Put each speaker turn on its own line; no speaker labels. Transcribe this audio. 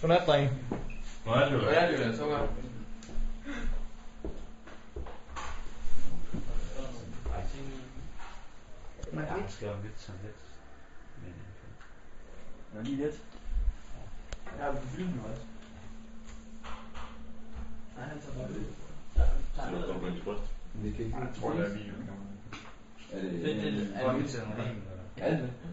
Godnat, drenge.
Godnat, Jylland.
Godnat, Jylland. Så godt.
Ja, måske om lidt sådan lidt. Men,
Nå, lige lidt. Jeg har fyldt nu også. Nej, han tager bare ud.
Så det var en spørgsmål.
Det kan ikke.
jeg tror, det er video.
Er det,
Det- det-
er
det-
det,
er det-
er det,
er
er
det-
det,